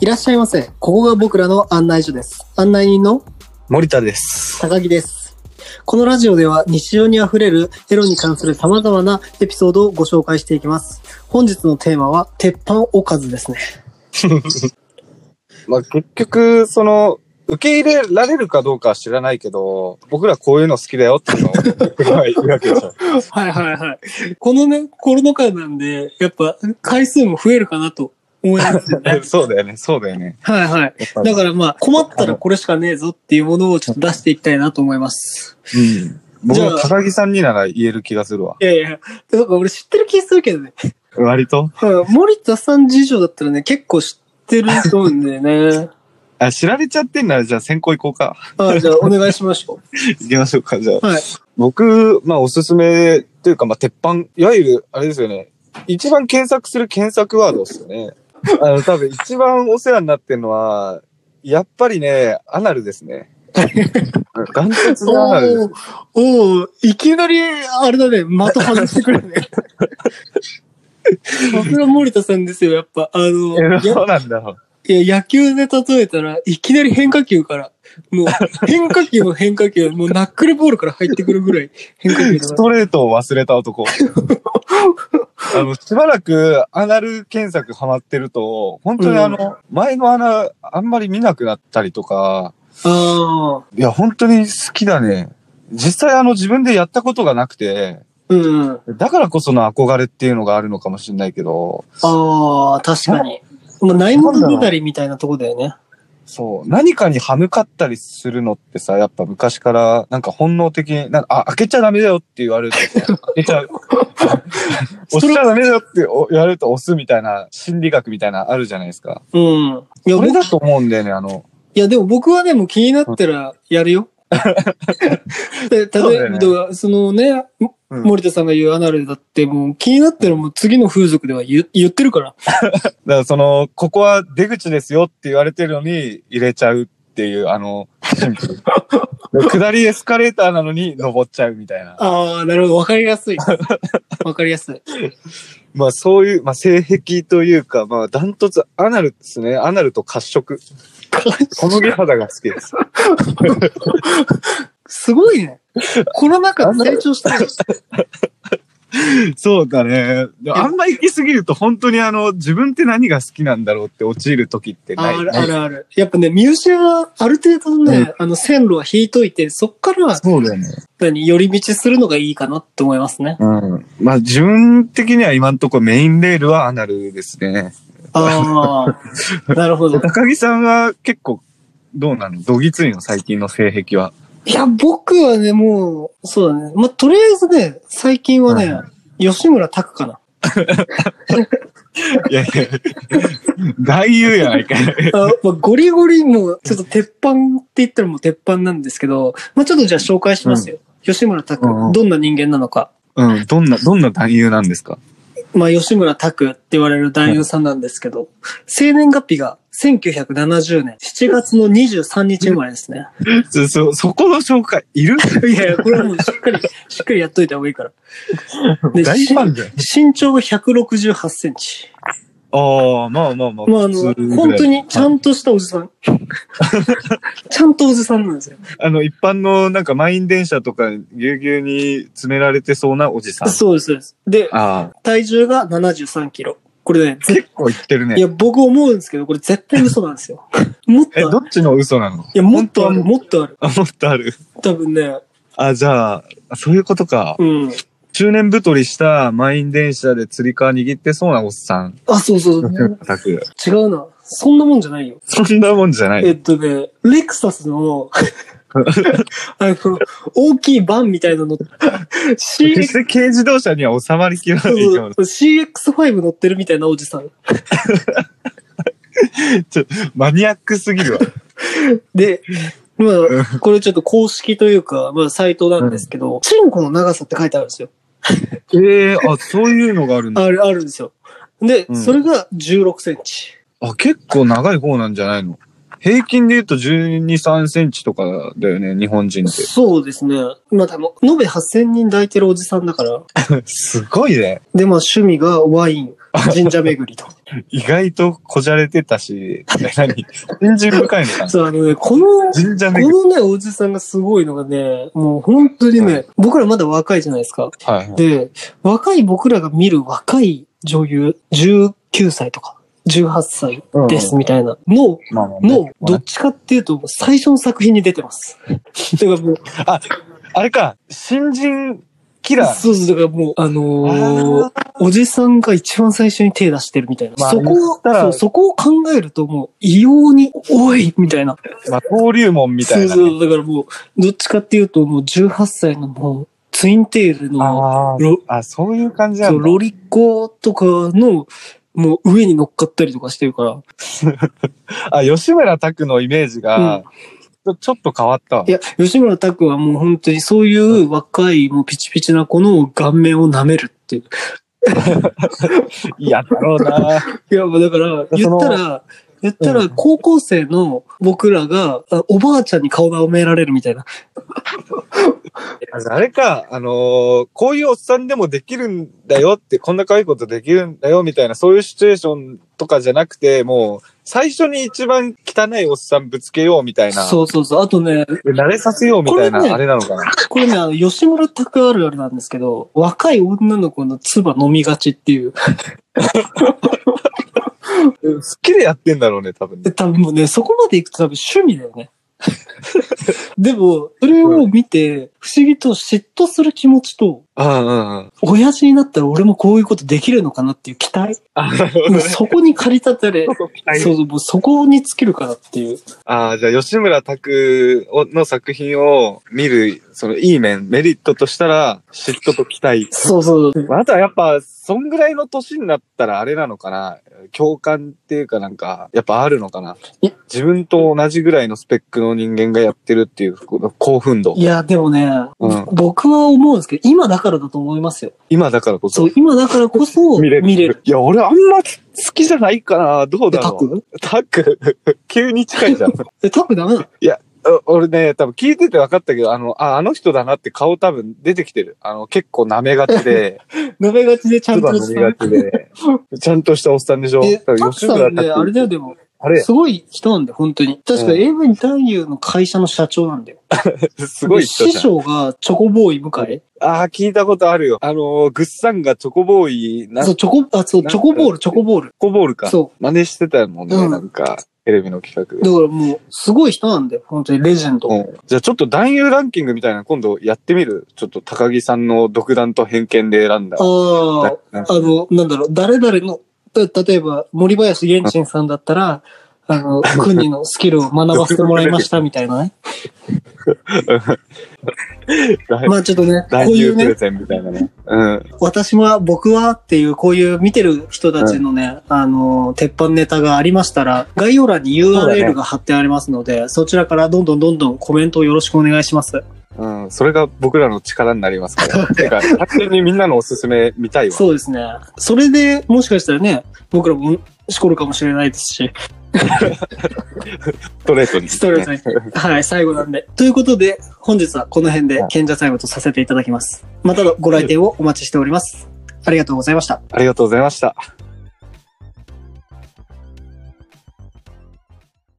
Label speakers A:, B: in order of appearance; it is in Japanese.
A: いらっしゃいませ。ここが僕らの案内所です。案内人の
B: 森田です。
A: 高木です。このラジオでは日常にあふれるエロに関する様々なエピソードをご紹介していきます。本日のテーマは、鉄板おかずですね。
B: まあ、結局、その、受け入れられるかどうかは知らないけど、僕らこういうの好きだよっていうのを 僕らは言うわけじゃん。
A: はいはいはい。このね、コロナ禍なんで、やっぱ回数も増えるかなと思いますよね。
B: そうだよね、そうだよね。
A: はいはい。
B: やっぱ
A: だからまあ、困ったらこれしかねえぞっていうものをちょっと出していきたいなと思います。
B: うん。僕
A: じゃあ
B: も高木さんになら言える気がするわ。
A: いやいや、なんか俺知ってる気するけどね。
B: 割と
A: うん森田さん事情だったらね、結構知ってると思うんだよ ね。
B: あ、知られちゃってんなら、じゃあ先行行こうか。
A: あじゃあお願いしましょ
B: 行きましょうか、じゃあ
A: う。。はい。
B: 僕、まあ、おすすめというか、まあ、鉄板、いわゆる、あれですよね。一番検索する検索ワードですよね。あの、多分一番お世話になってるのは、やっぱりね、アナルですね。ガンツのアナルで
A: おーおーいきなり、あれだね、的外してくる ね。さすが森田さんですよ、やっぱ。あ の、
B: す。
A: や
B: そうなんだ。
A: いや野球で例えたら、いきなり変化球から、 もう、変化球の変化球、もうナックルボールから入ってくるぐらい変化球だ
B: ス
A: か
B: トレートを忘れた男。あの、しばらくアナル検索ハマってると、本当にあの、前のアナ、あんまり見なくなったりとか、
A: ら。ああ、
B: いや、本当に好きだね。実際あの、自分でやったことがなくて、
A: うん。あ
B: だからこその憧れっていうのがあるのかもしれないけど、
A: あー、確かに。まあ、ないものねだりみたいなとこだよね。
B: そう、何かに歯向かったりするのってさ、やっぱ昔から、なんか本能的に、なんか、あ、開けちゃダメだよって言われるとさ、開けちゃう。 押しちゃダメだよってお言われると押すみたいな、心理学みたいなあるじゃないですか。
A: うん。いや、
B: こ
A: 僕
B: れだと思うんだよね、あの、
A: いや、でも僕はでも気になったらや るよ。で
B: そう
A: 例
B: だ
A: え
B: よ
A: ば、
B: ね
A: そのね、
B: うん
A: 森田さんが言うアナルだって、もう気になったらもう次の風俗では言言ってるから。
B: だからその、ここは出口ですよって言われてるのに入れちゃうっていう、あ の、シンプル下りエスカレーターなのに登っちゃうみたいな。
A: ああ、なるほど。わかりや すい。わかりやすい。
B: まあそういう、まあ性癖というか、まあダントツアナルですね。アナルと褐色。小麦肌が好きです。
A: すごいね。コロナ禍で成長した。
B: そうだね。でもあんま行き過ぎると本当にあの、自分って何が好きなんだろうって陥る時って
A: あ
B: ない。
A: るあるある。やっぱね、ミュージアはある程度のね、
B: うん
A: あの線路は引いといて、そっから
B: そうだよね。
A: 何寄り道するのがいいかなって思いますね。
B: うん。まあ自分的には今のところメインレールはアナルですね。
A: あ あ、なるほど。
B: 高木さんは結構どうなのどぎついの最近の性癖は。
A: いや、僕はね、もう、そうだね。まあ、とりあえずね、最近はね、
B: は
A: 吉村拓かな。
B: いやいや、大優やないかい。
A: あまあ、ゴリゴリもう、ちょっと鉄板って言ったらもう鉄板なんですけど、まあ、ちょっとじゃあ紹介しますよ。吉村拓、
B: うんうん
A: どんな人間なのか。
B: うん。どんな、どんな男優なんですか
A: まあ、吉村拓って言われる男優さんなんですけど、生年月日が1970年7月の23日生まれですね。
B: そ、そ、そこの紹介いる
A: いやいや、これはもうしっかり、しっかりやっといた方がいいから。で
B: 大ファンじゃん。
A: 身長が168センチ。
B: ああ、まあまあまあ。
A: まあ、あ
B: 普
A: の
B: 通ぐら、い
A: 本当にちゃんとしたおじさ ん。ちゃんとおじさんなんですよ。
B: あの、一般のなんか満員電車とかぎゅうぎゅうに詰められてそうなおじさん。
A: そうです、そうです。で、
B: ああ。
A: 体重が73キロ。これね、ぜ
B: 結構言ってる
A: い
B: ね。
A: や、僕思うんですけど、これ絶対嘘なん ですよ。もっ
B: え、
A: と
B: ど
A: ある、
B: っちの嘘な
A: い
B: の
A: や、もっとあ
B: 本当
A: る、もっとある。
B: はあ、もっとある。
A: 多分ね、
B: あ、じゃあ、そういうことか。
A: うん。
B: 中年太りした満員電車で釣り革握ってそうなおっさん。
A: あ、そうそう そう。
B: 全く。
A: 違うな。そんなもんじゃないよ。
B: そんなもんじゃな
A: え
B: い。
A: っとね、レクサス の、あの、大きいバンみたい なの、
B: 決
A: CX、
B: して軽自動車には収まりきらないような
A: CX5 乗ってるみたいなおじさん。
B: マニアックすぎるわ。
A: で、まあ、これちょっと公式というか、まあ、サイトなんですけど、チンコの長さって書いてあるんですよ。
B: ええあ、そういうのがあるんだ。
A: ある、あるんですよ。で、
B: うん
A: それが16センチ。
B: あ、結構長い方なんじゃないの平均で言うと12、3センチとかだよね、日本人って。
A: そうですね。まあ、多分、延べ8000人抱いてるおじさんだから。
B: すごいね。
A: で、まあ、趣味がワイン、神社巡り と。
B: 意外とこじゃれてたし、何人参深いのかな
A: そう、あのね、この、
B: 神社巡り。
A: このね、おじさんがすごいのがね、もう本当にね、
B: はい
A: 僕らまだ若いじゃないですか。
B: はいはい。
A: で、若い僕らが見る若い女優、19歳とか、18歳ですみたいなのを、
B: まあまあね
A: もう、どっちかっていうと、最初の作品に出て ます。だからもう、
B: あれか、新人キラー。
A: そうそう、だからもう、あのー
B: あー
A: おじさんが一番最初に手出してるみたいな。
B: まあ
A: そこ
B: 言
A: を
B: ったら
A: そう、そこを考えると、もう、異様に、おいみたいな。
B: まあ、登竜門みたいな
A: そう
B: ね。
A: そう、だからもう、どっちかっていうと、もう18歳のもう、ツインテールの、
B: あー
A: ロ
B: あ、そういう感じな
A: そうん
B: だ。
A: ロリコとかの、もう上に乗っかったりとかしてるから。
B: あ、吉村拓のイメージが、ちょちょっと変わったわ
A: い。や、吉村拓はもう本当にそういう若い、もうピチピチな子の顔面を舐めるっていう。
B: いや、だろうな。
A: いや、まあだから、
B: そ
A: 言
B: の
A: ったら、言った
B: う
A: ら、高校生の僕らが、あおばあちゃんに顔が埋められるみたいな。
B: あれか、あのーこういうおっさんでもできるんだよって、こんな可愛いことできるんだよみたいな、そういうシチュエーションとかじゃなくて、もう、最初に一番汚いおっさんぶつけようみたいな。
A: そうそうそう。あとね、
B: で慣れさせようみたいな、
A: これね
B: あれなのかな。
A: これね、あの、吉村拓あるあるなんですけど、若い女の子の唾飲みがちっていう。
B: 好きでやってんだろうね、多分ね。
A: 多分もうね、そこまで行くと多分趣味だよね。 でも、それを見て、不思議と嫉妬する気持ちと、
B: うんうんうん。
A: 親父になったら俺もこういうことできるのかなっていう期待。
B: あ、なるほど
A: もう
B: ね。
A: そこに駆り立て れ、そうそう、もうそこに尽きるからっていう。
B: ああ、じゃあ、吉村拓をの作品を見る、その、いい面、メリットとしたら、嫉妬と期待。
A: そうそう。
B: あとはやっぱ、そんぐらいの年になったらあれなのかな共感っていうかなんか、やっぱあるのかない自分と同じぐらいのスペックの人間がやってるっていうこの興奮度
A: い。や、でもね、
B: うん
A: 僕は思うんですけど、今だからだと思いますよ。
B: 今だからこ
A: そ、
B: そう
A: 今だからこそ見
B: 見
A: れる。
B: れる。いや、俺あんま好きじゃないかなどう
A: え、
B: だ
A: タ
B: ろう
A: ク
B: タック 急に近いじゃん。
A: え、タクダメなの
B: あ俺ね、多分聞いてて分かったけど、あの、あ、あの人だなって顔多分出てきてる。あの、結構舐めがち で、
A: 舐めがちでちゃん
B: 唾
A: と
B: 舐めがちで、ちゃんとしたおっさんでしょ
A: え、
B: 多
A: タ
B: 分
A: クさんね、
B: 拓
A: あれだよ、でも、
B: あれ、
A: すごい人なんだよ、本当に。確か
B: うん
A: AV 男優の会社の社長なんだよ。
B: すごい人
A: 師
B: じゃん。
A: 匠がチョコボーイ向井。
B: ああ、聞いたことあるよ。あのー、グッサンがチョコボーイ、な
A: そ
B: チ
A: う、チョコ、あ、そう、
B: なんか
A: チョコボール、チョコボール。
B: ョコボールか。
A: そ
B: 真似してたもんね、
A: うん
B: なんか、テレビの企
A: う。だ
B: 画。
A: からもう、すごい人なんだよ、本当にレジェンド。
B: うん、じゃあちょっと男優ランキングみたいなの今度やってみるちょっと高木さんの独断と偏見で選んだ。
A: ああ、
B: な
A: あの、なんだろう、誰々の、た例えば、森林源珍さんだったら、あの、国のスキルを学ばせてもらいました、みたいなね。
B: だ
A: まあちょっとね、こう
B: 男
A: い
B: 優
A: う
B: プレ
A: ね、
B: ゼンみたいなね。うん。
A: 私は、僕はっていう、こういう見てる人たちのね、あの、鉄板ネタがありましたら、概要欄に
B: そうだね
A: URL が貼ってありますので、そちらからどんどんどんどんコメントをよろしくお願いします。
B: うん。それが僕らの力になりま すから。てか、勝手にみんなのおすすめ見たいわ。
A: そうですね。それで、もしかしたらね、僕らもしこるかもしれないですし、
B: ストレートに。
A: ストレートに。はい、最後なんで。ということで、本日はこの辺で賢者最後とさせていただきます。またのご来店をお待ちしております。ありがとうございました。
B: ありがとうございました。